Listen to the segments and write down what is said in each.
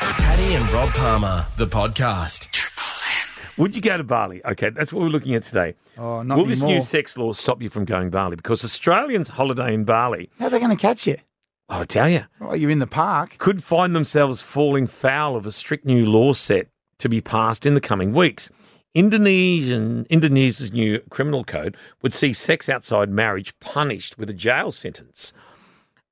and Rob Palmer, the podcast. Would you go to Bali? Okay, that's what we're looking at today. Oh, not Will this new anymore. sex law stop you from going Bali? Because Australians' holiday in Bali, How are they going to catch you? I tell you, Well, you're in the park. could find themselves falling foul of a strict new law set to be passed in the coming weeks. Indonesian Indonesia's new criminal code would see sex outside marriage punished with a jail sentence.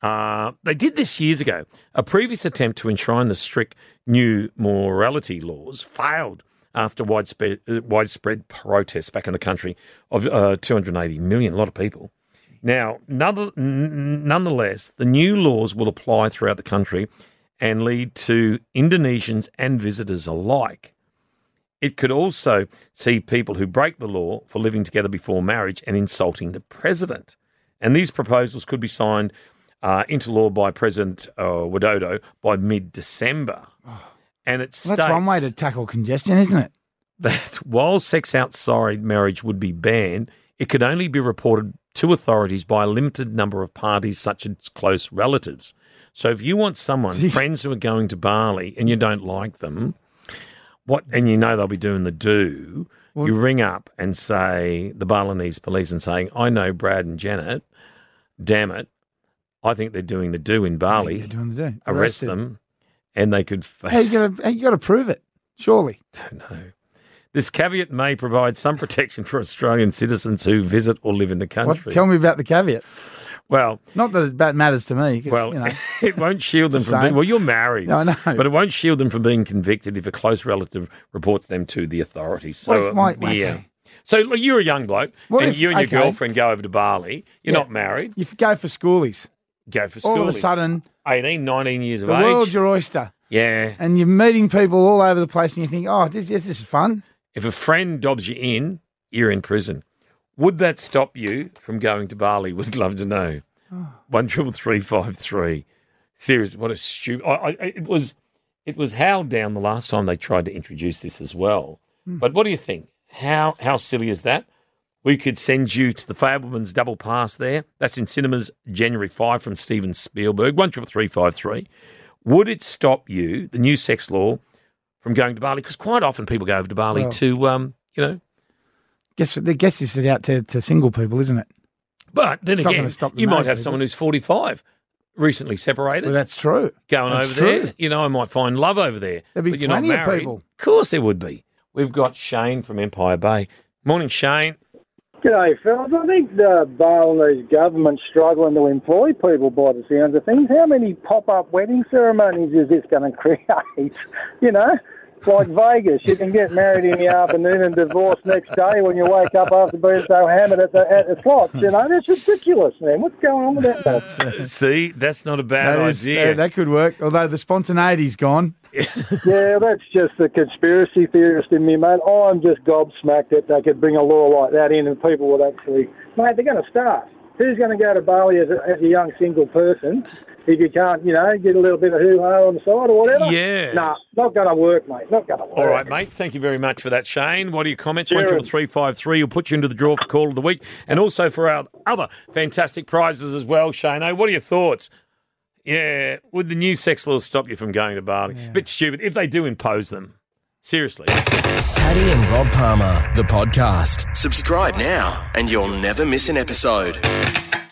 Uh, they did this years ago. A previous attempt to enshrine the strict new morality laws failed after widespread, uh, widespread protests back in the country of uh, 280 million, a lot of people. Now, nother- n- nonetheless, the new laws will apply throughout the country and lead to Indonesians and visitors alike. It could also see people who break the law for living together before marriage and insulting the president. And these proposals could be signed uh, into law by President uh, Widodo by mid December. And it states Well, that's one way to tackle congestion, isn't it? that while sex outside marriage would be banned, it could only be reported to authorities by a limited number of parties, such as close relatives. So if you want someone, friends who are going to Bali and you don't like them, what and you know they'll be doing the do, you ring up and say the Balinese police and saying, I know Brad and Janet, damn it. I think they're doing the do in Bali. They're doing the do. arrest Arrested. them and they could face Hey, you got to you got to prove it. Surely. don't know. This caveat may provide some protection for Australian citizens who visit or live in the What, country. tell me about the caveat. well, Not that it ba- matters to me. 'cause, well, you know, it won't shield them It's the from being. same. Well, you're married, No, I know. but it won't shield them from being convicted if a close relative reports them to the authorities. So, What if my- um, yeah. okay. So look, you're a young bloke, What and if- you and your okay. girlfriend go over to Bali. You're Yeah. not married. you go for schoolies. Go for school. All of a sudden, 18, 19 years of the world's age. your oyster, Yeah. and you're meeting people all over the place, and you think, oh, this, this is fun. If a friend dobs you in, you're in prison. Would that stop you from going to Bali? Would love to know. One triple three five three. Seriously, what a stupid! I, I, it was, it was howled down the last time they tried to introduce this as well. But what do you think? How how silly is that? We could send you to the Fableman's Double Pass there. That's in cinemas January five from Steven Spielberg. One triple three five three. Would it stop you, the new sex law, from going to Bali? Because quite often people go over to Bali Well- to, um, you know, Guess what? Guess this is out to, to single people, isn't it? But then It's not again, gonna stop the you might marriage, have is someone who's 45, recently separated, Well, that's true. going that's over true. there. You know, I might find love over there. There'd be but you're not plenty of married. people. Of course there would be. We've got Shane from Empire Bay. Morning, Shane. G'day, fellas. I think the Balinese government's struggling to employ people by the sounds of things. How many pop-up wedding ceremonies is this going to create? You know, it's like Vegas. You can get married in the afternoon and divorce next day when you wake up after being so hammered at the, at the slots. You know, that's ridiculous, man. What's going on with that? That's, See, that's not a bad That is- idea. that- that could work. Although the spontaneity's gone. yeah, that's just the conspiracy theorist in me, mate. I'm just gobsmacked that they could bring a law like that in and people would actually. Mate, they're going to starve. Who's going to go to Bali as a, as a young single person if you can't, you know, get a little bit of hoo ha on the side or whatever? Yeah. Nah, not going to work, mate. Not going to work. All right, mate. Thank you very much for that, Shane. What are your comments? Sure. One triple three five three. We'll put you into the draw for call of the week, and also for our other fantastic prizes as well, Shane. Oh, What are your thoughts? Yeah, would the new sex laws stop you from going to Bali? Bit stupid if they do impose them. Seriously. Paddy and Rob Palmer, the podcast. Subscribe now and you'll never miss an episode.